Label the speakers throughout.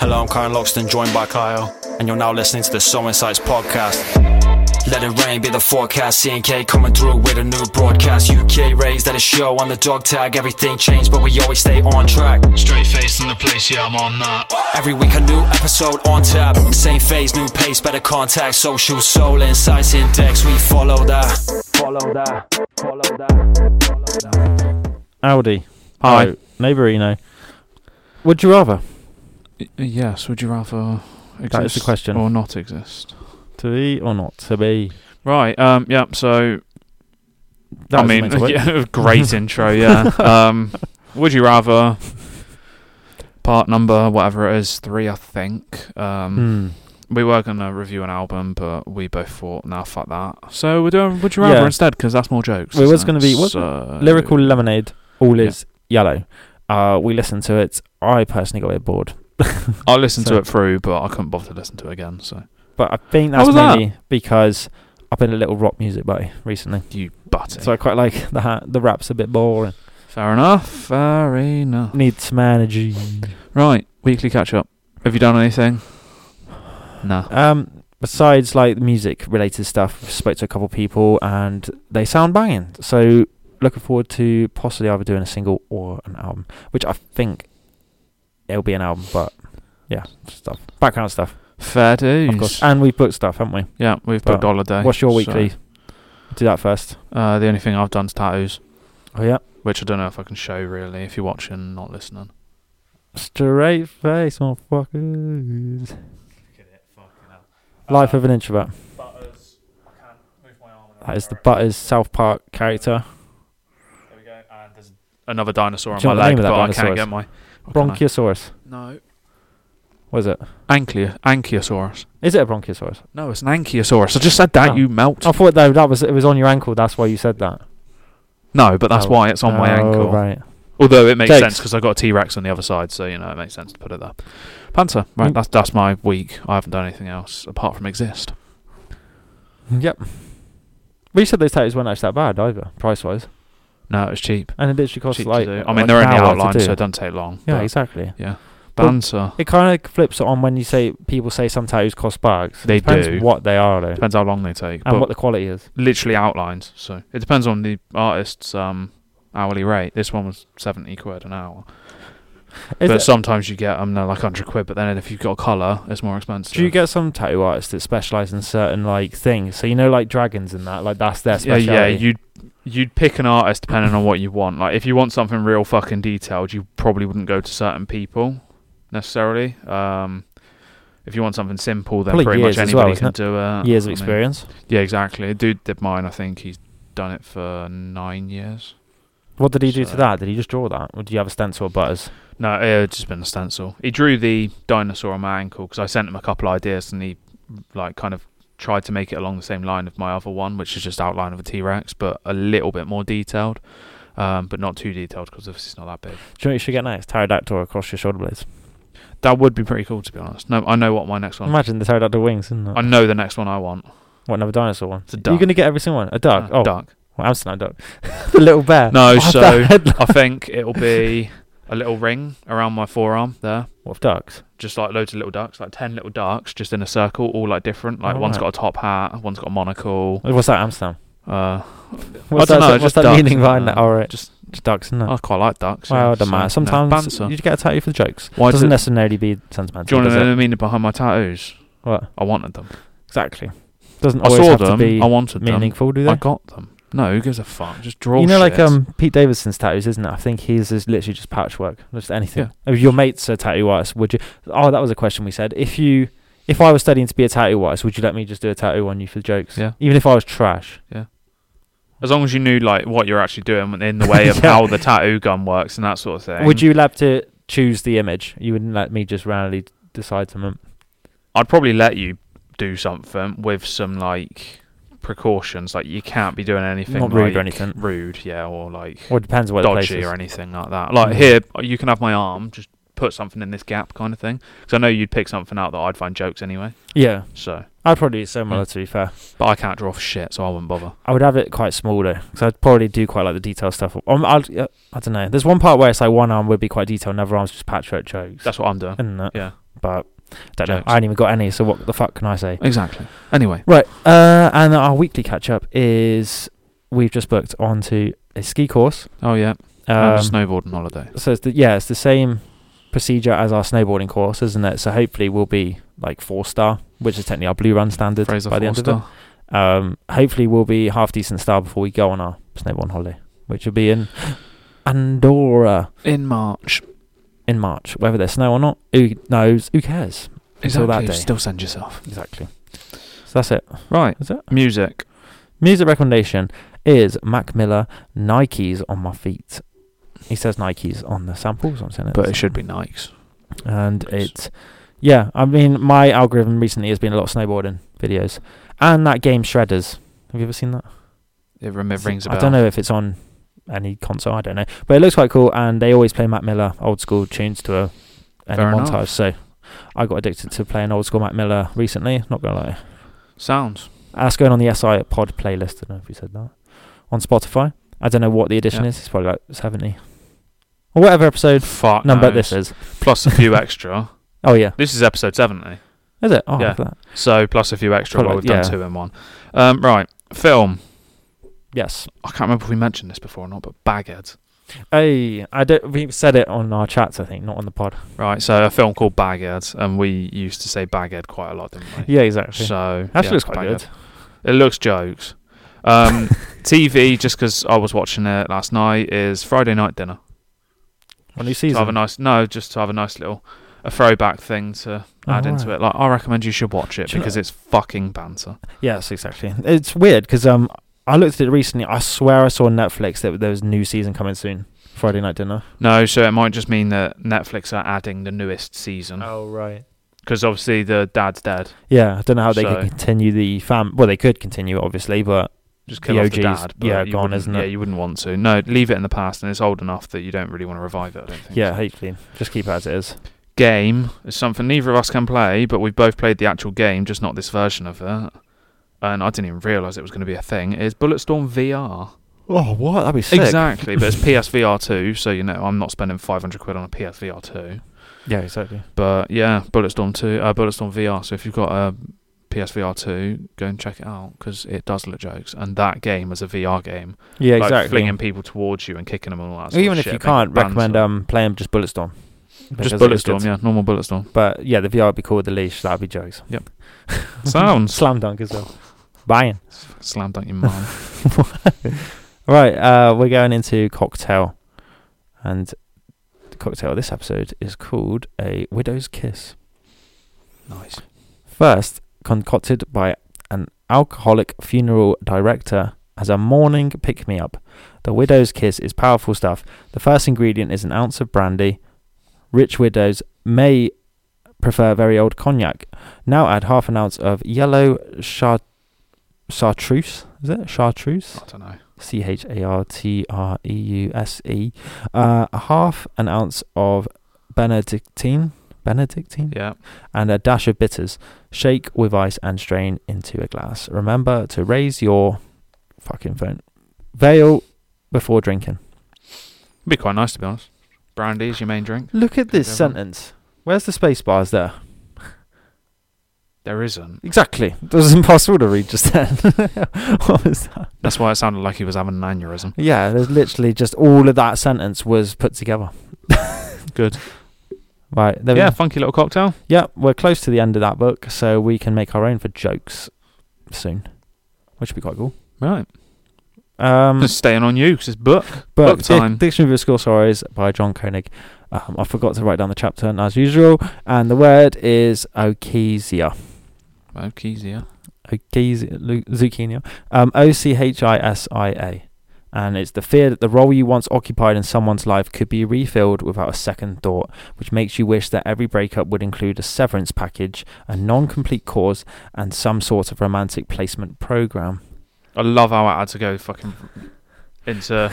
Speaker 1: Hello, I'm Karen Loxton, joined by Kyle, and you're now listening to the So Insights podcast. Let it rain be the forecast. CNK coming through with a new broadcast. UK raised at a show on the dog tag. Everything changed, but we always stay on track.
Speaker 2: Straight face in the place, yeah, I'm on that.
Speaker 1: Every week a new episode on tap. Same phase, new pace, better contact. Social soul insights index. We follow that. Follow that. Follow that. Follow that.
Speaker 3: Audi.
Speaker 4: Hi.
Speaker 3: No, Neighbourino. Would you rather
Speaker 4: Yes, would you rather exist
Speaker 3: That is the question.
Speaker 4: or not exist?
Speaker 3: to be or not to be?
Speaker 4: Right. Um. Yeah. So
Speaker 3: That
Speaker 4: I
Speaker 3: was
Speaker 4: mean,
Speaker 3: meant to work.
Speaker 4: yeah, great intro. Yeah. Um. Would you rather part number whatever it is three? I think. Um.
Speaker 3: Hmm.
Speaker 4: We were gonna review an album, but we both thought, nah, fuck that. So we're doing. Would you rather
Speaker 3: Yeah.
Speaker 4: instead? Because that's more jokes.
Speaker 3: Well, it was
Speaker 4: isn't
Speaker 3: gonna be- wasn't
Speaker 4: so,
Speaker 3: Lyrical Lemonade. All
Speaker 4: Yeah.
Speaker 3: is yellow. Uh, we listened to it. I personally got a bit bored,
Speaker 4: I listened
Speaker 3: so-
Speaker 4: to it through, but I couldn't bother to listen to it again. So
Speaker 3: but I think that's
Speaker 4: was that?
Speaker 3: mainly because I've been a little rock music buddy recently,
Speaker 4: you butty.
Speaker 3: so I quite like the ha- the rap's a bit boring.
Speaker 4: Fair enough. Fair enough.
Speaker 3: Needs some energy.
Speaker 4: Right. Weekly catch up. Have you done anything? Nah.
Speaker 3: Um, besides like music related stuff, spoke to a couple people and they sound banging. So looking forward to possibly either doing a single or an album, which I think it'll be an album, but yeah, stuff background stuff
Speaker 4: Fair dues. Ah,
Speaker 3: of course. And we've booked stuff, haven't we?
Speaker 4: yeah, we've
Speaker 3: But
Speaker 4: booked all day.
Speaker 3: What's your
Speaker 4: so-
Speaker 3: weekly? Do that first.
Speaker 4: Uh, the only thing I've done's tattoos,
Speaker 3: Oh yeah,
Speaker 4: which I don't know if I can show really. If you're watching, not listening.
Speaker 3: straight face, motherfuckers. Life of an introvert.
Speaker 4: Butters. I can't move my arm.
Speaker 3: That is the Butters South Park character.
Speaker 4: There we go. And there's another dinosaur on
Speaker 3: Do
Speaker 4: my
Speaker 3: you know what the
Speaker 4: leg,
Speaker 3: name of
Speaker 4: but
Speaker 3: that
Speaker 4: I can't
Speaker 3: dinosaur
Speaker 4: get
Speaker 3: is?
Speaker 4: my. what can I-
Speaker 3: Bronchiosaurus.
Speaker 4: No.
Speaker 3: What is it?
Speaker 4: Anchio- Ankylosaurus.
Speaker 3: Is it a bronchiosaurus?
Speaker 4: No, it's an Ankylosaurus. I just said that,
Speaker 3: Oh.
Speaker 4: you melt.
Speaker 3: I thought though that was it was on your ankle. That's why you said that.
Speaker 4: No, but that's
Speaker 3: Oh.
Speaker 4: why it's on my
Speaker 3: Oh,
Speaker 4: ankle.
Speaker 3: Right.
Speaker 4: Although it makes sense
Speaker 3: Jokes.
Speaker 4: 'cause sense because I got a T Rex on the other side, so you know it makes sense to put it there. Panther, right?
Speaker 3: Mm.
Speaker 4: That's that's my week. I haven't done anything else apart from exist.
Speaker 3: Yep. But you said those tattoos weren't actually that bad either, price wise,
Speaker 4: No, it was cheap.
Speaker 3: and it literally cost
Speaker 4: cheap
Speaker 3: like.
Speaker 4: to do. I
Speaker 3: like
Speaker 4: mean, they're
Speaker 3: an
Speaker 4: only
Speaker 3: hour to
Speaker 4: outline,
Speaker 3: do.
Speaker 4: so it doesn't take long.
Speaker 3: yeah,
Speaker 4: but
Speaker 3: exactly.
Speaker 4: banter
Speaker 3: It kind of flips it on when you say people say some tattoos cost bucks.
Speaker 4: They
Speaker 3: Depends
Speaker 4: do.
Speaker 3: what they are though,
Speaker 4: depends how long they take,
Speaker 3: and
Speaker 4: but
Speaker 3: what the quality is.
Speaker 4: literally outlines. So it depends on the artist's um hourly rate. This one was seventy quid an hour,
Speaker 3: is
Speaker 4: but
Speaker 3: it,
Speaker 4: sometimes you get um they're like hundred quid. But then if you've got a color, it's more expensive.
Speaker 3: do you get some tattoo artists that specialize in certain like things? So you know, like dragons and that, like that's their
Speaker 4: yeah,
Speaker 3: specialty.
Speaker 4: yeah, you'd you'd pick an artist depending on what you want. Like if you want something real fucking detailed, you probably wouldn't go to certain people necessarily. Um, if you want something simple, then
Speaker 3: Probably
Speaker 4: pretty
Speaker 3: years
Speaker 4: much
Speaker 3: as
Speaker 4: anybody
Speaker 3: well,
Speaker 4: can
Speaker 3: isn't
Speaker 4: do it.
Speaker 3: years
Speaker 4: I
Speaker 3: of
Speaker 4: mean-
Speaker 3: experience.
Speaker 4: yeah, exactly. A dude did mine. I think he's done it for nine years.
Speaker 3: What did he do to
Speaker 4: So-
Speaker 3: that? Did he just draw that, or do you have a stencil or butters?
Speaker 4: No, it had just been a stencil. He drew the dinosaur on my ankle because I sent him a couple ideas, and he like kind of tried to make it along the same line of my other one, which is just outline of a T Rex, but a little bit more detailed, um, but not too detailed because obviously it's not that big.
Speaker 3: Do you know what you should get next? Pterodactyl across your shoulder blades.
Speaker 4: That would be pretty cool to be honest. No, I know what my next one.
Speaker 3: Imagine the pterodactyl wings, isn't it?
Speaker 4: I know the next one I want.
Speaker 3: What another dinosaur one?
Speaker 4: It's a
Speaker 3: You're
Speaker 4: duck.
Speaker 3: gonna get every single one. A duck.
Speaker 4: Uh,
Speaker 3: oh,
Speaker 4: duck.
Speaker 3: Well, Amsterdam duck. the little bear.
Speaker 4: No,
Speaker 3: Oh,
Speaker 4: so-
Speaker 3: that headline.
Speaker 4: I think it'll be a little ring around my forearm there.
Speaker 3: what of ducks?
Speaker 4: Just like loads of little ducks, like ten little ducks, just in a circle, all like different. Like one's
Speaker 3: Alright.
Speaker 4: got a top hat, one's got a monocle.
Speaker 3: What's that Amsterdam?
Speaker 4: Uh,
Speaker 3: What's
Speaker 4: I don't
Speaker 3: that,
Speaker 4: know.
Speaker 3: what's
Speaker 4: just
Speaker 3: that
Speaker 4: ducks, Oh,
Speaker 3: meaning behind
Speaker 4: uh,
Speaker 3: that? All right, just,
Speaker 4: Just
Speaker 3: ducks, isn't it?
Speaker 4: I quite like ducks.
Speaker 3: well,
Speaker 4: yeah,
Speaker 3: it doesn't
Speaker 4: so,
Speaker 3: matter.
Speaker 4: no,
Speaker 3: Sometimes
Speaker 4: banter.
Speaker 3: you get a tattoo for the jokes.
Speaker 4: Why doesn't
Speaker 3: doesn't
Speaker 4: do,
Speaker 3: necessarily be
Speaker 4: do
Speaker 3: sentimental.
Speaker 4: you want
Speaker 3: does
Speaker 4: to know
Speaker 3: it?
Speaker 4: the meaning behind my tattoos?
Speaker 3: What
Speaker 4: I wanted them.
Speaker 3: exactly? Doesn't
Speaker 4: I
Speaker 3: always
Speaker 4: saw
Speaker 3: have to
Speaker 4: them.
Speaker 3: be
Speaker 4: I wanted them.
Speaker 3: meaningful, do
Speaker 4: I
Speaker 3: they?
Speaker 4: got them. No, who gives a fuck? Just draw.
Speaker 3: You know, like
Speaker 4: shit.
Speaker 3: um, Pete Davidson's tattoos, isn't it? I think his is literally just patchwork, just anything. If your mate's a tattoo artist, would you? Oh, that was a question we said. If you, if I was studying to be a tattoo artist, would you let me just do a tattoo on you for the jokes?
Speaker 4: Yeah.
Speaker 3: Even if I was trash.
Speaker 4: As long as you knew like what you're actually doing in the way of
Speaker 3: Yeah.
Speaker 4: how the tattoo gun works and that sort of thing.
Speaker 3: Would you have to choose the image? You wouldn't let me just randomly decide something.
Speaker 4: I'd probably let you do something with some like precautions. Like you can't be doing anything
Speaker 3: Not rude or
Speaker 4: like,
Speaker 3: anything.
Speaker 4: Rude, yeah, or like
Speaker 3: Well, it depends what the place
Speaker 4: dodgy
Speaker 3: is.
Speaker 4: or anything like that. Like
Speaker 3: Mm.
Speaker 4: here, you can have my arm. Just put something in this gap, kind of thing. Because I know you'd pick something out that I'd find jokes anyway.
Speaker 3: Yeah,
Speaker 4: So,
Speaker 3: I'd probably do similar. To be fair,
Speaker 4: but I can't draw for shit, so I wouldn't bother.
Speaker 3: I would have it quite small though, because I'd probably do quite like the detail stuff. Um, I'd, uh, I don't know. There's one part where it's like one arm would be quite detailed, and other arm's just patchwork jokes.
Speaker 4: That's what I'm doing.
Speaker 3: isn't it?
Speaker 4: Yeah.
Speaker 3: But don't know.
Speaker 4: Jokes.
Speaker 3: I ain't even got any. So what the fuck can I say?
Speaker 4: Exactly. Anyway,
Speaker 3: Right. Uh, and our weekly catch up is we've just booked onto a ski course.
Speaker 4: oh yeah,
Speaker 3: Um,
Speaker 4: I'm snowboarding holiday.
Speaker 3: so it's the, yeah, it's the same procedure as our snowboarding course, isn't it? So hopefully we'll be like four star, which is technically our blue run standard
Speaker 4: Fraser
Speaker 3: by the end of it.
Speaker 4: Forster.
Speaker 3: Um, hopefully we'll be half decent star before we go on our snowboarding holiday, which will be in Andorra
Speaker 4: in March.
Speaker 3: in March. Whether there's snow or not, who knows? Who cares? Until
Speaker 4: Exactly.
Speaker 3: that day.
Speaker 4: Still send yourself.
Speaker 3: Exactly. So that's it.
Speaker 4: Right.
Speaker 3: Is it?
Speaker 4: Music.
Speaker 3: Music recommendation is Mac Miller Nikes on my feet. He says Nikes on the sample, so I'm saying
Speaker 4: But
Speaker 3: it's-
Speaker 4: it should be Nikes.
Speaker 3: and
Speaker 4: Nice.
Speaker 3: it's yeah i mean my algorithm recently has been a lot of snowboarding videos and that game shredders have you ever seen that
Speaker 4: It rem- it rings a
Speaker 3: i
Speaker 4: bell.
Speaker 3: don't know if it's on any console i don't know but it looks quite cool and they always play matt miller old school tunes to a any
Speaker 4: Fair
Speaker 3: montage
Speaker 4: enough.
Speaker 3: so i got addicted to playing old school matt miller recently not gonna lie
Speaker 4: Sounds.
Speaker 3: And that's going on the si pod playlist i don't know if you said that on spotify i don't know what the edition
Speaker 4: Yeah.
Speaker 3: is it's probably like 70 or whatever episode
Speaker 4: Fuck.
Speaker 3: number
Speaker 4: knows.
Speaker 3: this is
Speaker 4: Plus a few extra.
Speaker 3: oh yeah
Speaker 4: This is episode 70.
Speaker 3: is it oh
Speaker 4: Yeah.
Speaker 3: look at that.
Speaker 4: So plus a few extra.
Speaker 3: Probably,
Speaker 4: Well, we've done
Speaker 3: yeah.
Speaker 4: two in one. Um, right. Film.
Speaker 3: yes
Speaker 4: I can't remember if we mentioned this before or not, but Baghead.
Speaker 3: Hey, I don't. We said it on our chats, I think, not on the pod.
Speaker 4: Right. So a film called Baghead, and we used to say Baghead quite a lot, didn't we?
Speaker 3: Yeah, exactly.
Speaker 4: So
Speaker 3: Actually,
Speaker 4: yeah,
Speaker 3: looks quite
Speaker 4: Baghead.
Speaker 3: good.
Speaker 4: It looks jokes. Um, TV, just 'cause I was watching it last night, is Friday Night Dinner.
Speaker 3: A new
Speaker 4: To have a
Speaker 3: season.
Speaker 4: nice no, just to have a nice little a throwback thing to
Speaker 3: Oh,
Speaker 4: add into
Speaker 3: right.
Speaker 4: it. Like I recommend you should watch it
Speaker 3: Do you know-
Speaker 4: because it's fucking banter.
Speaker 3: Yes, exactly. It's weird because um, I looked at it recently. I swear I saw on Netflix that there was a new season coming soon. Friday night dinner.
Speaker 4: No, so it might just mean that Netflix are adding the newest season
Speaker 3: Oh right.
Speaker 4: because obviously the dad's dead.
Speaker 3: Yeah, I don't know how they
Speaker 4: So-
Speaker 3: could continue the fam. Well, they could continue it, obviously, but
Speaker 4: Just kill
Speaker 3: The
Speaker 4: off the
Speaker 3: OG's
Speaker 4: dad. but
Speaker 3: yeah,
Speaker 4: you
Speaker 3: gone,
Speaker 4: wouldn't-
Speaker 3: isn't
Speaker 4: yeah,
Speaker 3: it?
Speaker 4: you wouldn't want to. No, leave it in the past, and it's old enough that you don't really want to revive it. I don't think.
Speaker 3: yeah, hopefully, just keep it as it is.
Speaker 4: game is something neither of us can play, but we've both played the actual game, just not this version of it. And I didn't even realise it was going to be a thing. Is Bulletstorm VR?
Speaker 3: Oh, what? That'd be sick.
Speaker 4: Exactly, but it's PSVR two, so you know I'm not spending 500 quid on a PSVR two.
Speaker 3: Yeah, exactly.
Speaker 4: But yeah, Bulletstorm two, uh, Bulletstorm VR. So if you've got a PSVR two, go and check it out because it does look jokes. And that game is a VR game,
Speaker 3: Yeah,
Speaker 4: like
Speaker 3: exactly.
Speaker 4: flinging people towards you and kicking them and all that. Sort
Speaker 3: Even
Speaker 4: of
Speaker 3: if
Speaker 4: shit,
Speaker 3: you can't,
Speaker 4: making
Speaker 3: recommend
Speaker 4: banter.
Speaker 3: um playing just Bulletstorm.
Speaker 4: just
Speaker 3: because it is good.
Speaker 4: Bulletstorm, yeah, normal Bulletstorm.
Speaker 3: But yeah, the VR would be cool with the leash. That'd be jokes.
Speaker 4: Sounds
Speaker 3: Slam dunk as well. Buying.
Speaker 4: slam dunk your mum.
Speaker 3: Right, uh, we're going into cocktail, and the cocktail of this episode is called a widow's kiss.
Speaker 4: nice.
Speaker 3: First concocted by an alcoholic funeral director as a morning pick me up, the widow's kiss is powerful stuff. The first ingredient is an ounce of brandy. Rich widows may prefer very old cognac. Now add half an ounce of yellow chart- chartreuse. Is it chartreuse?
Speaker 4: I don't know.
Speaker 3: C H A R T R E U S E. Uh, half an ounce of Benedictine, Benedictine,
Speaker 4: Yeah.
Speaker 3: and a dash of bitters. Shake with ice and strain into a glass. Remember to raise your fucking phone veil before drinking.
Speaker 4: It'd be quite nice to be honest. Brandy is your main drink.
Speaker 3: Look at this
Speaker 4: Everyone.
Speaker 3: sentence. Where's the space bars there?
Speaker 4: There isn't.
Speaker 3: Exactly. That was impossible to read just then. what was that?
Speaker 4: That's why it sounded like he was having an aneurysm.
Speaker 3: Yeah, there's literally just all of that sentence was put together.
Speaker 4: Good.
Speaker 3: Right. There we
Speaker 4: yeah,
Speaker 3: go.
Speaker 4: funky little cocktail.
Speaker 3: Yeah, we're close to the end of that book, so we can make our own for jokes soon, which would be quite cool.
Speaker 4: Right.
Speaker 3: Um,
Speaker 4: Just staying on you because it's book.
Speaker 3: but
Speaker 4: book
Speaker 3: Dic-
Speaker 4: time.
Speaker 3: Dictionary of School Sorrows by John Koenig. Um, I forgot to write down the chapter as usual, and the word is ochesia.
Speaker 4: Okay, easier.
Speaker 3: Ochesia, Uh, lu- zucchini. Um, o c h i s i a, and it's the fear that the role you once occupied in someone's life could be refilled without a second thought. which makes you wish that every breakup would include a severance package, a non complete cause, and some sort of romantic placement program.
Speaker 4: I love how I had to go fucking into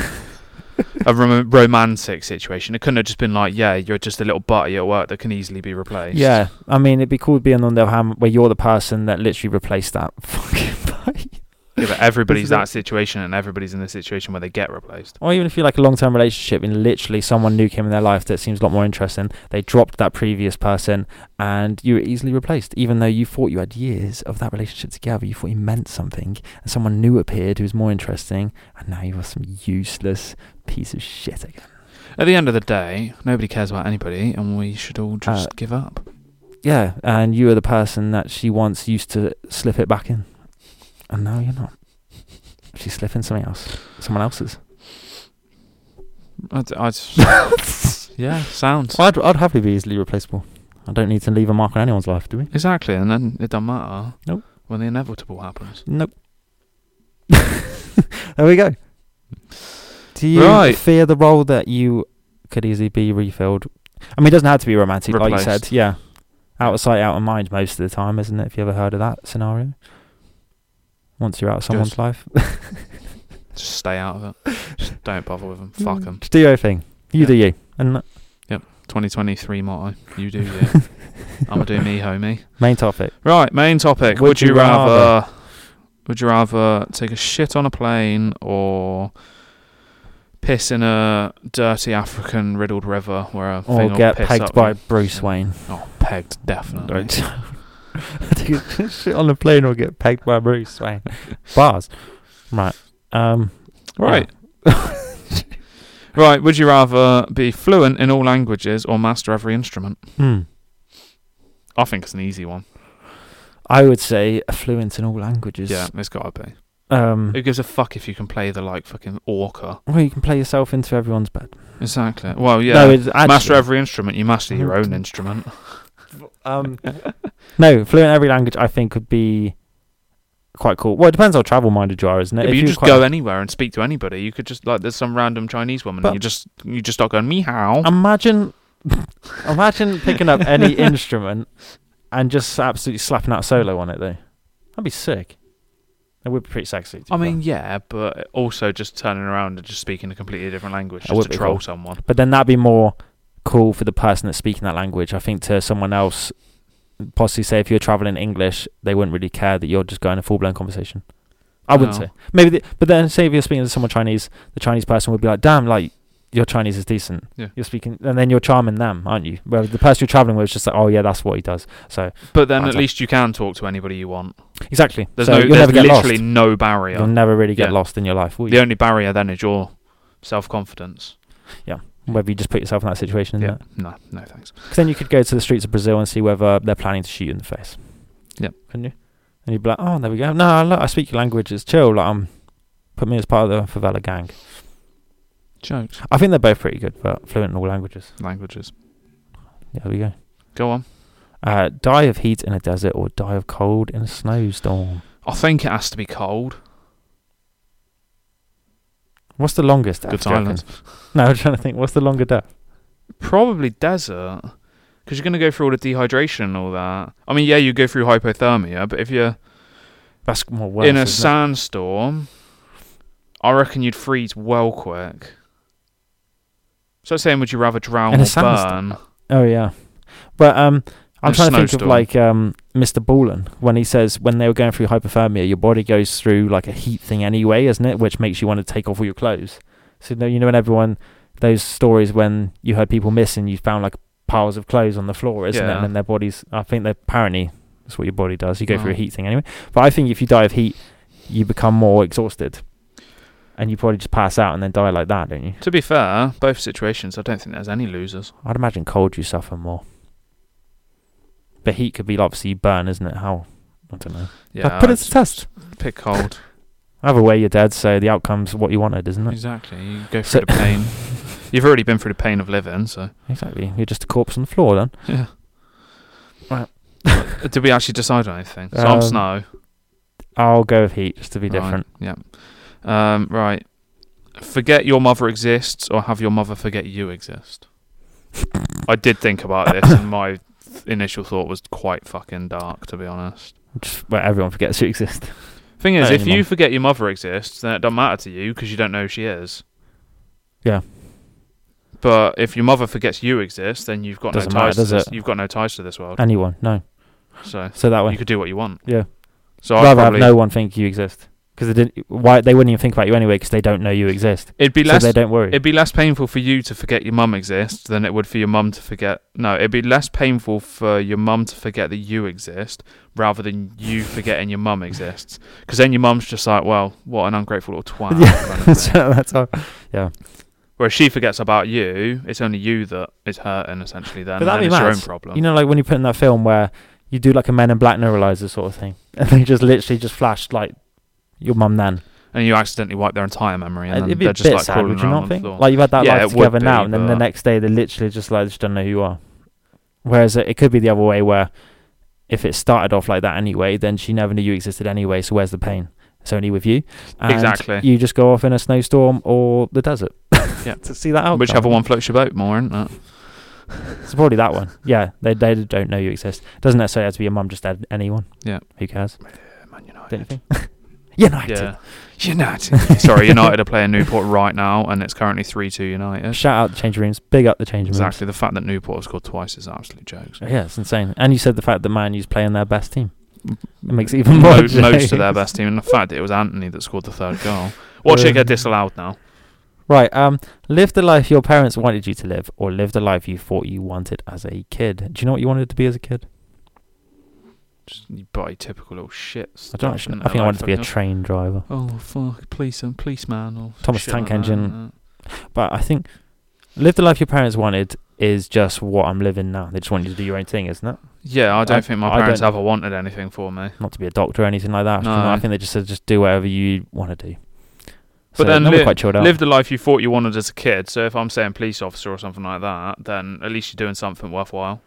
Speaker 4: a rom- romantic situation. It couldn't have just been like, yeah, you're just a little butty at work that can easily be replaced.
Speaker 3: Yeah, I mean, it'd be cool being on the ham where you're the person that literally replaced that fucking bite.
Speaker 4: Yeah, but everybody's
Speaker 3: This is
Speaker 4: that situation, and everybody's in the situation where they get replaced.
Speaker 3: Or even if you're like a long term relationship and literally someone new came in their life that seems a lot more interesting, they dropped that previous person and you were easily replaced, even though you thought you had years of that relationship together. You thought you meant something, and someone new appeared who was more interesting, and now you are some useless piece of shit again.
Speaker 4: At the end of the day, nobody cares about anybody, and we should all just
Speaker 3: Uh,
Speaker 4: give up.
Speaker 3: Yeah, and you are the person that she once used to slip it back in, and now you're not. She's slipping something else, someone else's.
Speaker 4: i yeah, sounds
Speaker 3: I'd, I'd happily be easily replaceable. I don't need to leave a mark on anyone's life, do we?
Speaker 4: exactly, and then it doesn't matter.
Speaker 3: Nope.
Speaker 4: When the inevitable happens.
Speaker 3: Nope. there we go. Do you
Speaker 4: Right.
Speaker 3: fear the role that you could easily be refilled? I mean, it doesn't have to be romantic, like you
Speaker 4: Replaced.
Speaker 3: said. Yeah. Out of sight, out of mind most of the time, isn't it? If you ever heard of that scenario? Once you're out of someone's
Speaker 4: Just-
Speaker 3: life,
Speaker 4: Just stay out of it. Just don't bother with
Speaker 3: Mm.
Speaker 4: them. Fuck them.
Speaker 3: just do your own thing. You
Speaker 4: Yeah.
Speaker 3: do you. And
Speaker 4: 2023 motto. You do you. I'ma do me, homie.
Speaker 3: main topic.
Speaker 4: Right, main topic. Would,
Speaker 3: Would
Speaker 4: you,
Speaker 3: you
Speaker 4: rather,
Speaker 3: rather?
Speaker 4: Would you rather take a shit on a plane or piss in a dirty African riddled river where a
Speaker 3: Or
Speaker 4: thing will
Speaker 3: get
Speaker 4: piss
Speaker 3: pegged
Speaker 4: up
Speaker 3: by
Speaker 4: you?
Speaker 3: Bruce Wayne.
Speaker 4: Oh, pegged definitely.
Speaker 3: Don't. Take a shit on the plane or get pegged by Bruce Wayne. Bars. Right. Um,
Speaker 4: Right. right. Would you rather be fluent in all languages or master every instrument?
Speaker 3: hmm.
Speaker 4: I think it's an easy one.
Speaker 3: I would say fluent in all languages.
Speaker 4: Yeah, it's got to be.
Speaker 3: Um,
Speaker 4: Who gives a fuck if you can play the like fucking orca?
Speaker 3: well, you can play yourself into everyone's bed.
Speaker 4: Exactly. Well, yeah.
Speaker 3: No, it's actually,
Speaker 4: master every instrument. You master your own instrument.
Speaker 3: Um, no, fluent in every language I think would be quite cool. Well, it depends how travel minded you are, isn't it?
Speaker 4: If
Speaker 3: If
Speaker 4: you
Speaker 3: you're
Speaker 4: just
Speaker 3: quite-
Speaker 4: go anywhere and speak to anybody, you could just like there's some random Chinese woman
Speaker 3: But-
Speaker 4: and you just you just start going meow.
Speaker 3: imagine, imagine picking up any instrument and just absolutely slapping out a solo on it though. That'd be sick. That would be pretty sexy. to be
Speaker 4: I
Speaker 3: fair.
Speaker 4: mean, yeah, but also just turning around and just speaking a completely different language
Speaker 3: That
Speaker 4: just
Speaker 3: would
Speaker 4: to
Speaker 3: be
Speaker 4: troll
Speaker 3: cool.
Speaker 4: someone.
Speaker 3: but then that'd be more cool for the person that's speaking that language. I think to someone else, possibly say if you're traveling English, they wouldn't really care that you're just going a full blown conversation. I wouldn't
Speaker 4: No.
Speaker 3: say. Maybe, the, but then say if you're speaking to someone Chinese, the Chinese person would be like, "Damn, like your Chinese is decent.
Speaker 4: Yeah.
Speaker 3: You're speaking, and then you're charming them, aren't you? Where the person you're traveling with is just like, "Oh yeah, that's what he does." So
Speaker 4: But then
Speaker 3: Right,
Speaker 4: at
Speaker 3: so-
Speaker 4: least you can talk to anybody you want.
Speaker 3: exactly.
Speaker 4: There's
Speaker 3: so
Speaker 4: no
Speaker 3: you'll
Speaker 4: there's
Speaker 3: never get
Speaker 4: literally
Speaker 3: lost.
Speaker 4: no barrier.
Speaker 3: You'll never really get
Speaker 4: Yeah.
Speaker 3: lost in your life, will
Speaker 4: The
Speaker 3: you?
Speaker 4: only barrier then is your self confidence.
Speaker 3: Whether you just put yourself in that situation, isn't
Speaker 4: Yeah.
Speaker 3: it?
Speaker 4: No, no thanks.
Speaker 3: 'Cause then you could go to the streets of Brazil and see whether they're planning to shoot you in the face.
Speaker 4: Yep.
Speaker 3: Couldn't you? And you'd be like, oh, there we go. No, I, lo- I speak your language. It's chill. Like, um, put me as part of the favela gang.
Speaker 4: Jokes.
Speaker 3: I think they're both pretty good, but fluent in all languages.
Speaker 4: Languages.
Speaker 3: Yeah, there we go.
Speaker 4: Go on.
Speaker 3: Uh, die of heat in a desert or die of cold in a snowstorm.
Speaker 4: I think it has to be cold.
Speaker 3: What's the longest death?
Speaker 4: Good
Speaker 3: do you reckon?
Speaker 4: silence.
Speaker 3: No, I'm trying to think. What's the longer death?
Speaker 4: Probably desert. Because you're going to go through all the dehydration and all that. I mean, yeah, you go through hypothermia, but if you're
Speaker 3: That's more worse.
Speaker 4: in a
Speaker 3: isn't it?
Speaker 4: sandstorm, I reckon you'd freeze well quick. So I'm saying, would you rather drown
Speaker 3: In a
Speaker 4: or
Speaker 3: sandstorm?
Speaker 4: burn?
Speaker 3: Oh yeah, but um, I'm
Speaker 4: A
Speaker 3: trying to think of
Speaker 4: snowstorm.
Speaker 3: like um, Mr. Ballen when he says when they were going through hypothermia, your body goes through like a heat thing anyway, isn't it? Which makes you want to take off all your clothes. So you know, you know when everyone those stories when you heard people missing, you found like piles of clothes on the floor, isn't it?
Speaker 4: Yeah.
Speaker 3: And then their bodies. I think they apparently that's what your body does. You go through a
Speaker 4: Right.
Speaker 3: heat thing anyway. But I think if you die of heat, you become more exhausted, and you probably just pass out and then die like that, don't you?
Speaker 4: To be fair, both situations, I don't think there's any losers.
Speaker 3: I'd imagine cold you suffer more. But heat could be obviously you burn, isn't it? How I don't know.
Speaker 4: Yeah,
Speaker 3: but put it
Speaker 4: I'd
Speaker 3: to test.
Speaker 4: pick cold.
Speaker 3: Either way, you're dead, so the outcome's what you wanted, isn't it?
Speaker 4: Exactly. You go through
Speaker 3: So-
Speaker 4: the pain. You've already been through the pain of living, so
Speaker 3: Exactly. You're just a corpse on the floor then.
Speaker 4: yeah.
Speaker 3: Right.
Speaker 4: Did we actually decide on anything? So
Speaker 3: Um,
Speaker 4: I'm snow.
Speaker 3: I'll go with heat just to be
Speaker 4: Right,
Speaker 3: different.
Speaker 4: Yeah. Um, right. Forget your mother exists, or have your mother forget you exist. I did think about this, and my th- initial thought was quite fucking dark, to be honest.
Speaker 3: Just where everyone forgets you exist.
Speaker 4: Thing is,
Speaker 3: Not
Speaker 4: if you
Speaker 3: anymore.
Speaker 4: forget your mother exists, then it doesn't matter to you because you don't know who she is.
Speaker 3: Yeah.
Speaker 4: But if your mother forgets you exist, then you've got
Speaker 3: Doesn't
Speaker 4: no
Speaker 3: matter,
Speaker 4: ties.
Speaker 3: does
Speaker 4: to this,
Speaker 3: it?
Speaker 4: you've got no ties to this world.
Speaker 3: Anyone? No.
Speaker 4: So
Speaker 3: So that
Speaker 4: you
Speaker 3: way.
Speaker 4: could do what you want.
Speaker 3: Yeah.
Speaker 4: So I'd
Speaker 3: Rather have
Speaker 4: probably
Speaker 3: no one think you exist. because they didn't. Why they wouldn't even think about you anyway because they don't know you exist.
Speaker 4: It'd be
Speaker 3: so
Speaker 4: less.
Speaker 3: they don't worry.
Speaker 4: It'd be less painful for you to forget your mum exists than it would for your mum to forget. No, it'd be less painful for your mum to forget that you exist rather than you forgetting your mum exists. Because then your mum's just like, well, what an ungrateful little twat. kind of thing.
Speaker 3: so that's how.
Speaker 4: Whereas she forgets about you, it's only you that is hurting essentially then.
Speaker 3: But
Speaker 4: and
Speaker 3: that'd
Speaker 4: then
Speaker 3: be
Speaker 4: it's your
Speaker 3: mad.
Speaker 4: own problem.
Speaker 3: You know, like when you put in that film where you do like a Men in Black neuralizer sort of thing, and they just literally just flashed like your mum then.
Speaker 4: and you accidentally wipe their entire memory and
Speaker 3: And
Speaker 4: then
Speaker 3: It'd be
Speaker 4: they're
Speaker 3: a
Speaker 4: just
Speaker 3: bit
Speaker 4: like
Speaker 3: sad,
Speaker 4: crawling
Speaker 3: would you
Speaker 4: around
Speaker 3: not
Speaker 4: on
Speaker 3: think?
Speaker 4: the floor.
Speaker 3: Like you've had that
Speaker 4: Yeah, it
Speaker 3: life
Speaker 4: would
Speaker 3: together
Speaker 4: be,
Speaker 3: now, and then the
Speaker 4: but-
Speaker 3: next day they literally just like just don't know who you are. Whereas it, it could be the other way where if it started off like that anyway, then she never knew you existed anyway. So where's the pain? It's only with you. And
Speaker 4: Exactly.
Speaker 3: You just go off in a snowstorm or the desert.
Speaker 4: Yeah.
Speaker 3: To see that outcome.
Speaker 4: Whichever one floats your boat more, isn't it?
Speaker 3: It's probably that one. Yeah, they they don't know you exist. Doesn't necessarily have to be your mum, just add anyone.
Speaker 4: Yeah.
Speaker 3: Who cares?
Speaker 4: Man
Speaker 3: Don't you
Speaker 4: United.
Speaker 3: think? United.
Speaker 4: Yeah. United. Sorry, United are playing Newport right now, and it's currently 3 2 United.
Speaker 3: Shout out the change rooms. Big up the change rooms.
Speaker 4: Exactly. The fact that Newport have scored twice is absolute jokes.
Speaker 3: Yeah, it's insane. And you said the fact that Man U's playing their best team. It makes it
Speaker 4: Mo-
Speaker 3: even more
Speaker 4: most of their
Speaker 3: jokes.
Speaker 4: best team, and the fact that it was Anthony that scored the third goal. Watch it get disallowed now.
Speaker 3: Right. Um, live the life your parents wanted you to live, or live the life you thought you wanted as a kid. Do you know what you wanted to be as a kid?
Speaker 4: Just you buy typical little shits.
Speaker 3: I don't actually. I think I wanted to be a train driver,
Speaker 4: Oh fuck! Police and policeman or some
Speaker 3: Thomas
Speaker 4: shit
Speaker 3: Tank
Speaker 4: like that,
Speaker 3: Engine.
Speaker 4: innit?
Speaker 3: but I think live the life your parents wanted is just what I'm living now. They just want you to do your own thing, isn't it?
Speaker 4: Yeah, I don't
Speaker 3: I-
Speaker 4: think my
Speaker 3: I
Speaker 4: parents
Speaker 3: don't-
Speaker 4: ever wanted anything for me.
Speaker 3: Not to be a doctor or anything like that.
Speaker 4: No.
Speaker 3: I think they just said just do whatever you want to do.
Speaker 4: But then
Speaker 3: we're
Speaker 4: li-
Speaker 3: quite chilled out.
Speaker 4: Live the life you thought you wanted as a kid. So if I'm saying police officer or something like that, then at least you're doing something worthwhile.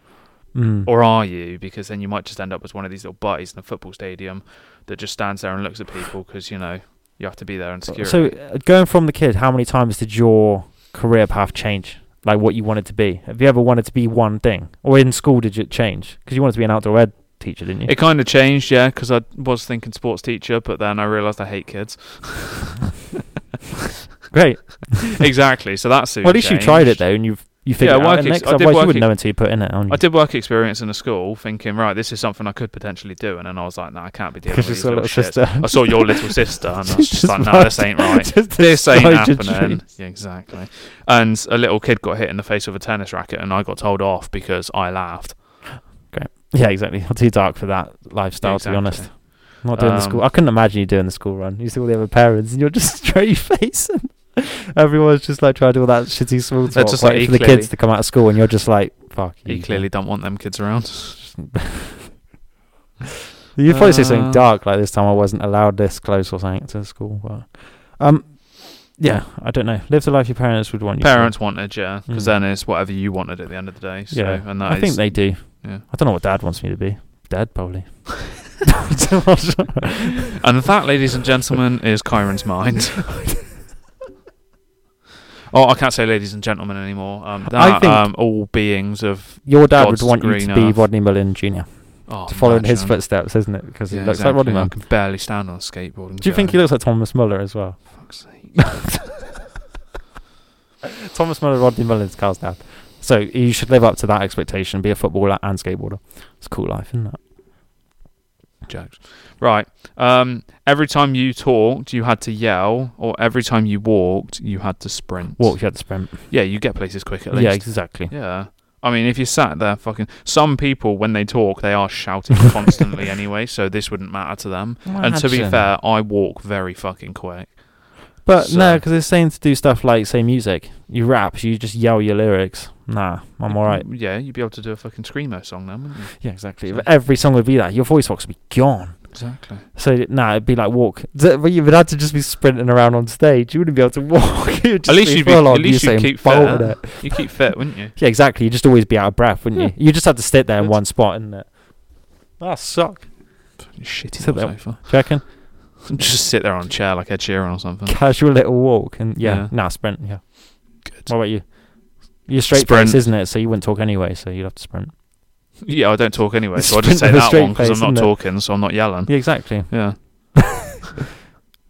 Speaker 3: Mm.
Speaker 4: Or are you? Because then you might just end up as one of these little buddies in a football stadium that just stands there and looks at people because you know you have to be there and secure.
Speaker 3: So,
Speaker 4: it.
Speaker 3: uh, going from the kid, how many times did your career path change? Like what you wanted to be? Have you ever wanted to be one thing? Or in school, did it change? Because you wanted to be an outdoor ed teacher, didn't you?
Speaker 4: It kind of changed, yeah, because I was thinking sports teacher, but then I realised I hate kids.
Speaker 3: Great.
Speaker 4: exactly, so that soon.
Speaker 3: Well, at least you tried it though, and you've you
Speaker 4: Yeah,
Speaker 3: figured out
Speaker 4: work
Speaker 3: it
Speaker 4: ex-
Speaker 3: next.
Speaker 4: I did
Speaker 3: Otherwise, you
Speaker 4: work
Speaker 3: wouldn't
Speaker 4: ex-
Speaker 3: know until you put it in it. On
Speaker 4: I did work experience in a school, thinking, right, this is something I could potentially do, and then I was like, no, I can't be dealing with these
Speaker 3: because you saw
Speaker 4: little,
Speaker 3: little
Speaker 4: shits.
Speaker 3: sister.
Speaker 4: I saw your little sister, and I was just,
Speaker 3: Just
Speaker 4: like, no,
Speaker 3: right-
Speaker 4: this ain't right.
Speaker 3: Just
Speaker 4: This ain't
Speaker 3: destroyed your
Speaker 4: happening. Yeah, exactly. And a little kid got hit in the face with a tennis racket, and I got told off because I laughed.
Speaker 3: Yeah, exactly. Not too dark for that lifestyle, to be honest.
Speaker 4: Exactly.
Speaker 3: Not doing the
Speaker 4: Um,
Speaker 3: school. I couldn't imagine you doing the school run. You see all the other parents, and you're just straight facing. Everyone's just like trying to do all that shitty small talk,
Speaker 4: just like,
Speaker 3: waiting
Speaker 4: he
Speaker 3: for the
Speaker 4: clearly-
Speaker 3: kids to come out of school, and you're just like, "Fuck."
Speaker 4: You
Speaker 3: you
Speaker 4: clearly don't want them kids around.
Speaker 3: You'd probably say something
Speaker 4: Uh,
Speaker 3: dark like this time. I wasn't allowed this close or something to school, but um, yeah, I don't know. Live the life your parents would want you. to.
Speaker 4: Parents wanted, yeah, because
Speaker 3: Mm.
Speaker 4: then it's whatever you wanted at the end of the day. So,
Speaker 3: yeah,
Speaker 4: and that
Speaker 3: I think
Speaker 4: is-
Speaker 3: they do.
Speaker 4: yeah.
Speaker 3: I don't know what Dad wants me to be. Dad probably.
Speaker 4: And that, ladies and gentlemen, is Kyron's mind. oh, I can't say ladies and gentlemen anymore. Um, that,
Speaker 3: I think-
Speaker 4: um, all beings of.
Speaker 3: Your dad
Speaker 4: God's
Speaker 3: would want you
Speaker 4: green
Speaker 3: to be
Speaker 4: earth.
Speaker 3: Rodney Mullen Jr.
Speaker 4: Oh,
Speaker 3: to follow in his
Speaker 4: imagine.
Speaker 3: footsteps, isn't it? Because
Speaker 4: Yeah,
Speaker 3: he looks
Speaker 4: exactly.
Speaker 3: like Rodney
Speaker 4: I
Speaker 3: Mullen.
Speaker 4: can barely stand on a skateboard. and
Speaker 3: Do you think he
Speaker 4: go,
Speaker 3: looks like Thomas Muller as well?
Speaker 4: "Fuck's sake."
Speaker 3: Thomas Muller, Rodney Mullen's car's dad. So you should live up to that expectation. Be a footballer and skateboarder. It's a cool life, isn't it?
Speaker 4: Jokes. Right. Um, every time you talked, you had to yell, or every time you walked, you had to sprint.
Speaker 3: Walk, you had to sprint.
Speaker 4: Yeah, you get places quicker. At least.
Speaker 3: Yeah, exactly.
Speaker 4: Yeah. I mean, if you sat there fucking. Some people, when they talk, they are shouting constantly anyway, so this wouldn't matter to them. And to be
Speaker 3: Imagine.
Speaker 4: fair, I walk very fucking quick.
Speaker 3: But no, 'cause no,
Speaker 4: So-
Speaker 3: because it's saying to do stuff like say music. You rap, you just yell your lyrics. Nah,
Speaker 4: Mm-hmm.
Speaker 3: I'm alright.
Speaker 4: Yeah, you'd be able to do a fucking Screamo song then, wouldn't you?
Speaker 3: Yeah, exactly. But every song would be that. Your voice box would be gone.
Speaker 4: Exactly.
Speaker 3: So nah, it'd be like walk. D- But you would have to just be sprinting around on stage. You wouldn't be able to walk. You'd just
Speaker 4: At least
Speaker 3: be
Speaker 4: you'd be.
Speaker 3: full
Speaker 4: At
Speaker 3: on
Speaker 4: least you'd
Speaker 3: Usain
Speaker 4: keep
Speaker 3: Bolt
Speaker 4: fit.
Speaker 3: in it.
Speaker 4: You keep fit, wouldn't you?
Speaker 3: Yeah, exactly. You'd just always be out of breath, wouldn't you? You just have to sit there in
Speaker 4: Good.
Speaker 3: one spot, isn't it?
Speaker 4: Ah,
Speaker 3: That suck.
Speaker 4: Fucking Shitty
Speaker 3: Sit
Speaker 4: little
Speaker 3: there.
Speaker 4: sofa.
Speaker 3: Do you reckon?
Speaker 4: Just sit there on a chair like Ed Sheeran or something.
Speaker 3: Casual little walk and yeah,
Speaker 4: Yeah.
Speaker 3: nah, sprint. Yeah.
Speaker 4: Good.
Speaker 3: What about you? You're straight
Speaker 4: Sprint.
Speaker 3: face, isn't it? So you wouldn't talk anyway. So you'd have to sprint.
Speaker 4: Yeah, I don't talk anyway,
Speaker 3: It's
Speaker 4: so I just
Speaker 3: been
Speaker 4: say
Speaker 3: with a
Speaker 4: that
Speaker 3: straight
Speaker 4: one because I'm
Speaker 3: face,
Speaker 4: not
Speaker 3: isn't it?
Speaker 4: talking, so I'm not yelling.
Speaker 3: Yeah, exactly.
Speaker 4: Yeah.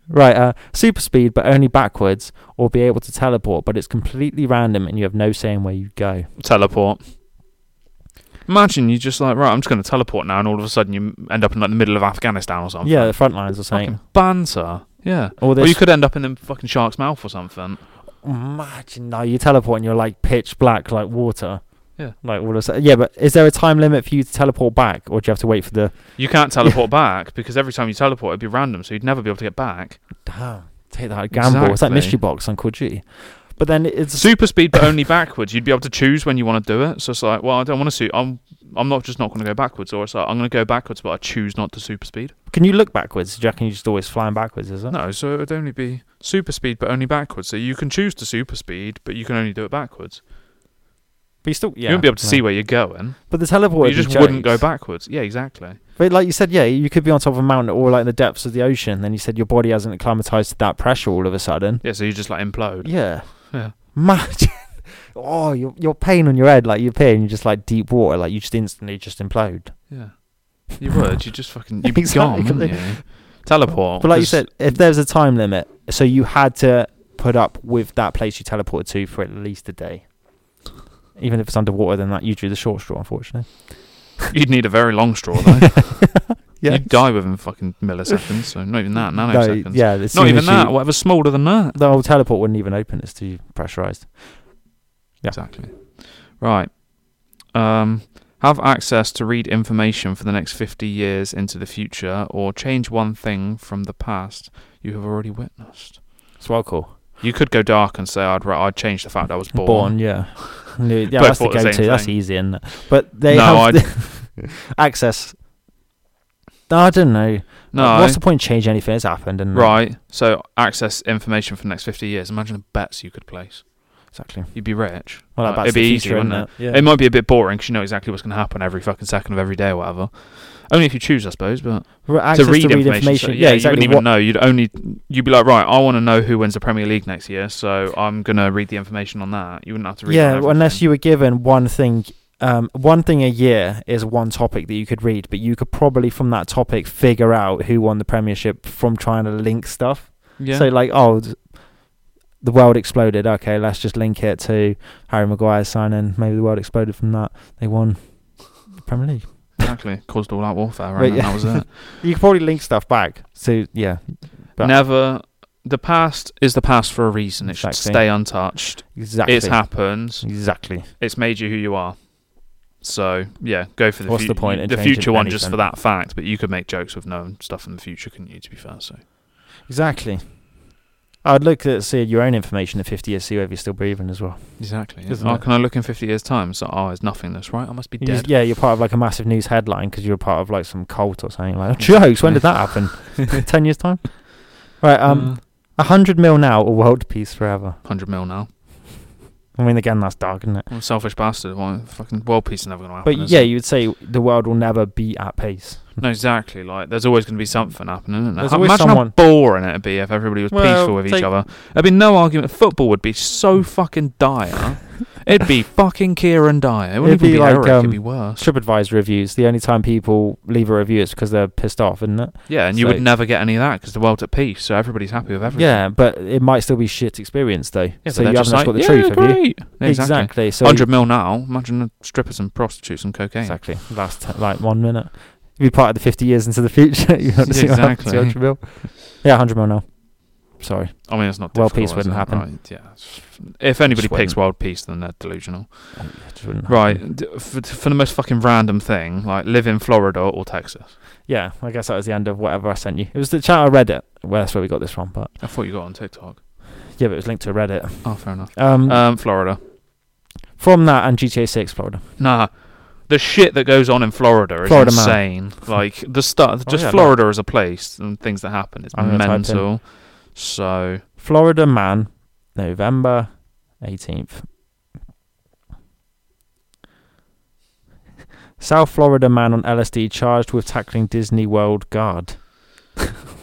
Speaker 3: Right, uh, super speed, but only backwards, or be able to teleport, but it's completely random and you have no saying where you go.
Speaker 4: Teleport. Imagine you just like, right, I'm just going to teleport now, and all of a sudden you m- end up in like the middle of Afghanistan or something.
Speaker 3: Yeah, the front lines are
Speaker 4: Fucking
Speaker 3: saying.
Speaker 4: banter. Yeah.
Speaker 3: Or
Speaker 4: Or
Speaker 3: this
Speaker 4: you could end up in the fucking shark's mouth or something.
Speaker 3: Imagine now you teleport and you're like pitch black, like water.
Speaker 4: Yeah.
Speaker 3: Like all of a sudden. Yeah, but is there a time limit for you to teleport back, or do you have to wait for the?
Speaker 4: You can't teleport back because every time you teleport, it'd be random, so you'd never be able to get back.
Speaker 3: Damn, take that gamble. It's like
Speaker 4: Exactly.
Speaker 3: mystery box on Call of Duty. But then it's
Speaker 4: Super speed, but only backwards. You'd be able to choose when you want to do it. So it's like, well, I don't want to. Su- I'm, I'm not just not going to go backwards, or it's like I'm going to go backwards, but I choose not to super speed.
Speaker 3: Can you look backwards? Do you reckon you're just always flying backwards? Is it?
Speaker 4: No, so it would only be super speed, but only backwards. So you can choose to super speed, but you can only do it backwards.
Speaker 3: But you still yeah.
Speaker 4: you won't be able to
Speaker 3: no.
Speaker 4: see where you're going.
Speaker 3: But the teleport.
Speaker 4: you just wouldn't go backwards. Yeah, exactly.
Speaker 3: But like you said, yeah, you could be on top of a mountain or like in the depths of the ocean. Then you said your body hasn't acclimatized to that pressure all of a sudden.
Speaker 4: Yeah, so you just like implode.
Speaker 3: Yeah.
Speaker 4: Yeah.
Speaker 3: Imagine. Oh, your your pain on your head, like you appear and you're just like deep water, like you just instantly just implode.
Speaker 4: Yeah. You would. You just fucking. You'd
Speaker 3: Exactly.
Speaker 4: be gone, wouldn't you? Teleport.
Speaker 3: But like you
Speaker 4: 'cause-
Speaker 3: said, if there's a time limit, so you had to put up with that place you teleported to for at least a day. Even if it's underwater, then that you drew the short straw, unfortunately.
Speaker 4: you'd need a very long straw, though.
Speaker 3: Yeah.
Speaker 4: You'd die within fucking milliseconds. So not even that, nanoseconds.
Speaker 3: yeah, it's
Speaker 4: Not
Speaker 3: soon
Speaker 4: even
Speaker 3: as you-
Speaker 4: that. Whatever smaller than that.
Speaker 3: The whole teleport wouldn't even open. It's too pressurized. Yeah.
Speaker 4: Exactly. Right. Um, have access to read information for the next 50 years into the future or change one thing from the past you have already witnessed.
Speaker 3: It's well cool.
Speaker 4: You could go dark and say, I'd, ra- I'd change the fact I was born.
Speaker 3: Born, yeah. No, yeah,
Speaker 4: Both
Speaker 3: that's the
Speaker 4: thought the
Speaker 3: go-to.
Speaker 4: same
Speaker 3: That's
Speaker 4: thing.
Speaker 3: easy, is But they
Speaker 4: No,
Speaker 3: have the- access. No, I don't know.
Speaker 4: No.
Speaker 3: What's the point? in Change anything that's happened and
Speaker 4: right. So access information for the next 50 years. Imagine the bets you could place.
Speaker 3: Exactly.
Speaker 4: You'd be rich.
Speaker 3: Well,
Speaker 4: Like,
Speaker 3: that's
Speaker 4: Uh, it'd
Speaker 3: the
Speaker 4: be
Speaker 3: future,
Speaker 4: easy, wouldn't
Speaker 3: isn't
Speaker 4: it?
Speaker 3: it? Yeah.
Speaker 4: It might be a bit boring 'cause you know exactly what's going to happen every fucking second of every day or whatever. Only if you choose, I suppose, but...
Speaker 3: Right, access
Speaker 4: to read, information. so
Speaker 3: yeah, exactly.
Speaker 4: You wouldn't even know. You'd only you'd be like, right, I want to know who wins the Premier League next year, so I'm gonna read the information on that. You wouldn't have to read.
Speaker 3: yeah
Speaker 4: on
Speaker 3: well, unless
Speaker 4: everything.
Speaker 3: you were given one thing um, one thing a year is one topic that you could read but you could probably from that topic figure out who won the premiership from trying to link stuff
Speaker 4: Yeah.
Speaker 3: so like oh th- the world exploded okay let's just link it to harry maguire's signing maybe the world exploded from that they won the premier league
Speaker 4: exactly. Caused all that warfare, right?
Speaker 3: Right,
Speaker 4: and
Speaker 3: yeah.
Speaker 4: That was it.
Speaker 3: you could probably link stuff back so yeah But-
Speaker 4: Never. The past is the past for a reason. It should
Speaker 3: Exactly.
Speaker 4: stay untouched.
Speaker 3: exactly
Speaker 4: It's happened.
Speaker 3: exactly
Speaker 4: It's made you who you are. So yeah, go for the.
Speaker 3: What's the point in
Speaker 4: The
Speaker 3: changing
Speaker 4: future one, just
Speaker 3: anything?
Speaker 4: for that fact. But you could make jokes with known stuff in the future, couldn't you? To be fair, so
Speaker 3: exactly i'd look at see your own information in 50 years see whether you're still breathing as well
Speaker 4: exactly.
Speaker 3: Isn't
Speaker 4: Oh,
Speaker 3: it?
Speaker 4: can I look in fifty years' time? So oh, it's nothingness, right? I must be
Speaker 3: You
Speaker 4: dead.
Speaker 3: just- yeah, you're part of like a massive news headline because you're part of like some cult or something like. Jokes. When did that happen? Ten years time. Right.
Speaker 4: Uh,
Speaker 3: Um.
Speaker 4: Mm.
Speaker 3: A hundred mil now or world peace forever.
Speaker 4: 100 mil now.
Speaker 3: I mean, again, that's dark, isn't it?
Speaker 4: I'm a selfish bastard. Why, fucking world peace is never going to happen.
Speaker 3: But
Speaker 4: is
Speaker 3: yeah,
Speaker 4: it?
Speaker 3: you would say the world will never be at pace.
Speaker 4: no, exactly. Like, there's always going to be something happening. Isn't there?
Speaker 3: There's
Speaker 4: How-
Speaker 3: always
Speaker 4: Imagine
Speaker 3: someone-
Speaker 4: how boring it'd be if everybody was
Speaker 3: Well,
Speaker 4: peaceful with each
Speaker 3: take- Mm.
Speaker 4: other. There'd be no argument. Football would be so fucking dire. it'd be fucking Kieran Dyer. It wouldn't even
Speaker 3: It'd
Speaker 4: be,
Speaker 3: be like,
Speaker 4: Eric.
Speaker 3: um,
Speaker 4: it'd be worse.
Speaker 3: TripAdvisor reviews. The only time people leave a review is because they're pissed off, isn't it?
Speaker 4: Yeah, and you
Speaker 3: so-
Speaker 4: would never get any of that because the world's at peace, so everybody's happy with everything.
Speaker 3: Yeah, but it might still be shit experience though.
Speaker 4: Yeah, but
Speaker 3: so you
Speaker 4: they're
Speaker 3: haven't
Speaker 4: just
Speaker 3: got
Speaker 4: like,
Speaker 3: the
Speaker 4: yeah,
Speaker 3: truth, have you?
Speaker 4: great. Exactly.
Speaker 3: So
Speaker 4: 100 mil now. Imagine the strippers and prostitutes and cocaine.
Speaker 3: exactly. Last t- like one minute. You'd be part of the 50 years into the future. you have to see what happens to
Speaker 4: Exactly.
Speaker 3: 100 mil. Yeah, 100 mil now. Sorry.
Speaker 4: I mean, it's not.
Speaker 3: World
Speaker 4: difficult,
Speaker 3: peace
Speaker 4: is
Speaker 3: wouldn't
Speaker 4: it?
Speaker 3: happen.
Speaker 4: Right, yeah. If anybody picks
Speaker 3: Just wouldn't. Mm.
Speaker 4: world peace, then they're delusional.
Speaker 3: It just wouldn't happen.
Speaker 4: Right, d- for, for the most fucking random thing, like live in Florida or Texas.
Speaker 3: Yeah, I guess that was the end of whatever I sent you. It was the chat I read it. Well, that's where we got this from, but
Speaker 4: I thought you got on TikTok.
Speaker 3: yeah, but it was linked to Reddit.
Speaker 4: Oh, fair enough.
Speaker 3: Um,
Speaker 4: Um, Florida.
Speaker 3: from that and GTA 6 Florida.
Speaker 4: Nah, the shit that goes on in Florida is
Speaker 3: Florida man. Oh,
Speaker 4: insane. Like the stuff, just
Speaker 3: yeah,
Speaker 4: Florida as a place and things that happen is
Speaker 3: I'm gonna type in.
Speaker 4: mental. So
Speaker 3: Florida man, November 18th. South Florida man on LSD charged with tackling Disney World guard.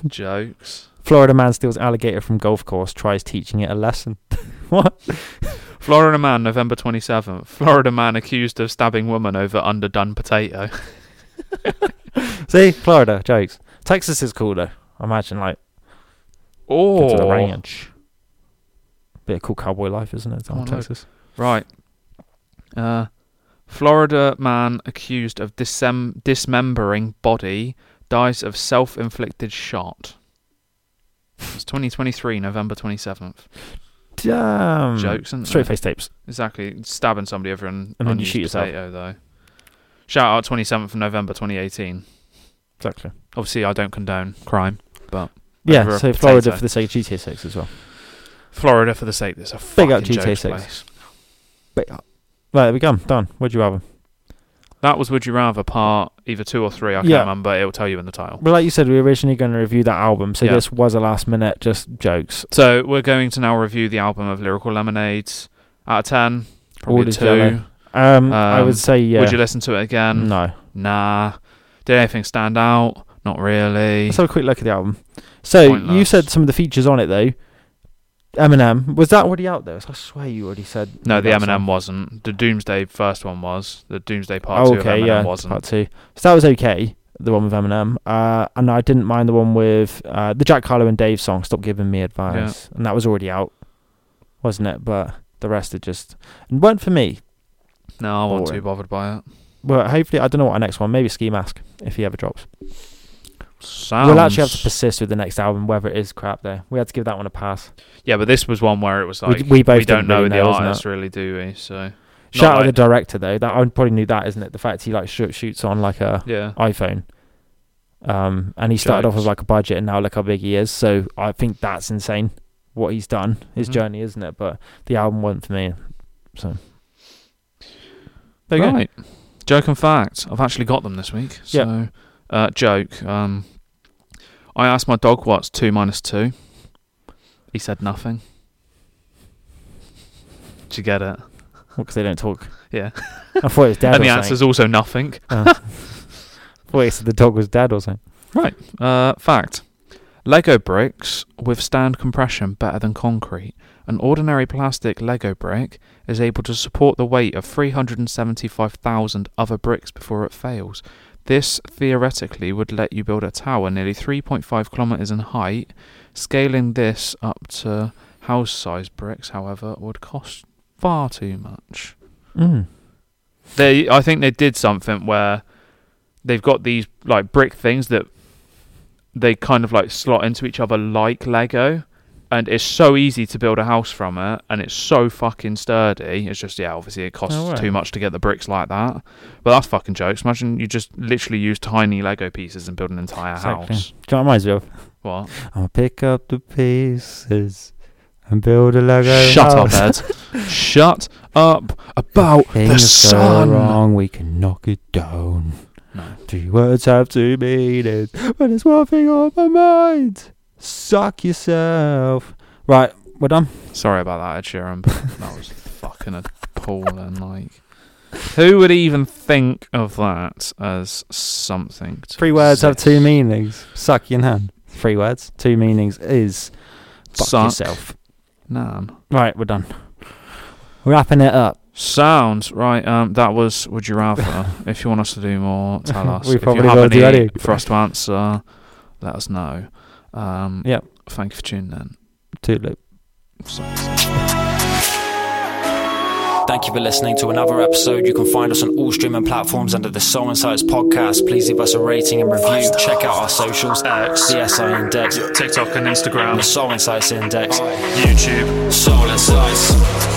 Speaker 4: jokes.
Speaker 3: Florida man steals alligator from golf course, tries teaching it a lesson. what?
Speaker 4: Florida man, November twenty seventh. Florida man accused of stabbing woman over underdone potato.
Speaker 3: See, Florida jokes. Texas is cooler. I imagine like Get to the
Speaker 4: Oh,
Speaker 3: ranch. Bit of cool cowboy life, isn't it?
Speaker 4: Oh,
Speaker 3: Down in
Speaker 4: no.
Speaker 3: Texas.
Speaker 4: right. Uh, Florida man accused of disem- dismembering body dies of self-inflicted shot. It's 2023, November 27th.
Speaker 3: Damn.
Speaker 4: Jokes, isn't
Speaker 3: Hmm. Straight
Speaker 4: there?
Speaker 3: face tapes.
Speaker 4: Exactly. Stabbing somebody over an
Speaker 3: And then you
Speaker 4: unused
Speaker 3: shoot yourself.
Speaker 4: potato, though. Shout out 27th of November 2018.
Speaker 3: Exactly.
Speaker 4: Obviously, I don't condone crime. Over
Speaker 3: Yeah,
Speaker 4: a
Speaker 3: so Florida
Speaker 4: potato.
Speaker 3: for the sake of GTA 6 as well.
Speaker 4: Florida, for the sake that's a
Speaker 3: Big up
Speaker 4: fucking
Speaker 3: GTA
Speaker 4: joke
Speaker 3: 6.
Speaker 4: place.
Speaker 3: Right, there we go. Done. Where'd you have them?
Speaker 4: That was Would You Rather part either two or three. I can't
Speaker 3: Yeah.
Speaker 4: remember. It will tell you in the title.
Speaker 3: Well, like you said, we were originally going to review that album, so
Speaker 4: Yeah.
Speaker 3: this was a last minute just jokes.
Speaker 4: So we're going to now review the album of Lyrical Lemonades. Out of ten, probably
Speaker 3: All is
Speaker 4: two.
Speaker 3: yellow. Um, I
Speaker 4: Um,
Speaker 3: would say, yeah.
Speaker 4: Would you listen to it again?
Speaker 3: no.
Speaker 4: Nah. Did anything stand out? Not really.
Speaker 3: Let's have a quick look at the album. So, you
Speaker 4: Pointless.
Speaker 3: said some of the features on it, though. Eminem. Was that already out there? I swear you already said.
Speaker 4: No, the
Speaker 3: that
Speaker 4: Eminem
Speaker 3: song.
Speaker 4: wasn't. The Doomsday first one was. The Doomsday part
Speaker 3: oh,
Speaker 4: two
Speaker 3: okay,
Speaker 4: of Eminem
Speaker 3: yeah.
Speaker 4: wasn't.
Speaker 3: Part two. So that was okay, the one with Eminem. Uh, and I didn't mind the one with uh, the Jack Harlow and Dave song, Stop Giving Me Advice. And that was already out, wasn't it? But the rest are just. And weren't for me.
Speaker 4: No, I wasn't
Speaker 3: Boring.
Speaker 4: too bothered by it.
Speaker 3: Well, hopefully, I don't know what our next one. Maybe Ski Mask if he ever drops.
Speaker 4: Sounds...
Speaker 3: We'll actually have to persist with the next album, whether it is crap. Though we had to give that one a pass.
Speaker 4: Yeah, but this was one where it was
Speaker 3: We-
Speaker 4: like
Speaker 3: we both
Speaker 4: don't
Speaker 3: didn't
Speaker 4: know
Speaker 3: really
Speaker 4: the
Speaker 3: know, wasn't it?
Speaker 4: artist really, do we? So
Speaker 3: Shout out
Speaker 4: like-
Speaker 3: the director though. That I probably knew that, isn't it? The fact he like shoot, shoots on like a
Speaker 4: yeah,
Speaker 3: iPhone, um, and he started off
Speaker 4: Jokes.
Speaker 3: with like a budget, and now look how big he is. So I think that's insane what he's done, his
Speaker 4: Mhm.
Speaker 3: journey, isn't it? But the album wasn't for me. So there you go.
Speaker 4: right. Joke and fact. I've actually got them this week. So
Speaker 3: Yeah.
Speaker 4: uh, joke. Um, I asked my dog what's two minus two. He said nothing. Did you get it?
Speaker 3: because they don't talk.
Speaker 4: Yeah.
Speaker 3: I thought it was dead.
Speaker 4: and
Speaker 3: or
Speaker 4: the
Speaker 3: something.
Speaker 4: answer's also nothing.
Speaker 3: Thought he said the dog was dead or something.
Speaker 4: Uh, fact. Lego bricks withstand compression better than concrete. An ordinary plastic Lego brick is able to support the weight of 375,000 other bricks before it fails. This theoretically would let you build a tower nearly 3.5 kilometers in height. Scaling this up to house sized bricks, however, would cost far too much
Speaker 3: Mm.
Speaker 4: they I think they did something where they've got these like brick things that they kind of like slot into each other like Lego and it's so easy to build a house from it and it's so fucking sturdy. It's just yeah, obviously it costs
Speaker 3: No way.
Speaker 4: too much to get the bricks like that. But that's fucking jokes. Imagine you just literally use tiny Lego pieces and build an entire
Speaker 3: Exactly.
Speaker 4: house.
Speaker 3: Do you know what it reminds me of?
Speaker 4: What?
Speaker 3: I'll pick up the pieces and build a Lego.
Speaker 4: Shut up,
Speaker 3: house.
Speaker 4: Ed. Shut up about the
Speaker 3: Things go
Speaker 4: sun.
Speaker 3: wrong, we can knock it down.
Speaker 4: No.
Speaker 3: Two words have two meanings, but it's one thing on my mind. Suck yourself. Right, we're done.
Speaker 4: Sorry about that, Ed Sheeran, but that was fucking appalling. Like, who would even think of that as something? To
Speaker 3: Three words have two
Speaker 4: exist?
Speaker 3: meanings. Suck your nan. Three words, two meanings is fuck
Speaker 4: Suck.
Speaker 3: yourself.
Speaker 4: Nan.
Speaker 3: Right, we're done. Wrapping it up.
Speaker 4: Sounds right. Um, that was. Would you rather? if you want us to do more, tell us.
Speaker 3: We
Speaker 4: if
Speaker 3: probably
Speaker 4: you have
Speaker 3: will do
Speaker 4: any
Speaker 3: any.
Speaker 4: for us to answer, let us know. Um,
Speaker 3: Yep.
Speaker 4: Thank you for tuning
Speaker 3: Toot loop.
Speaker 4: in. So-
Speaker 1: Thank you for listening to another episode. You can find us on all streaming platforms under the Soul Insights podcast. Please leave us a rating and review. Check out our socials
Speaker 2: X.
Speaker 1: CSI Index,
Speaker 2: TikTok and
Speaker 1: and the
Speaker 2: Instagram,
Speaker 1: Soul Insights Index,
Speaker 2: YouTube.
Speaker 1: Soul Insights.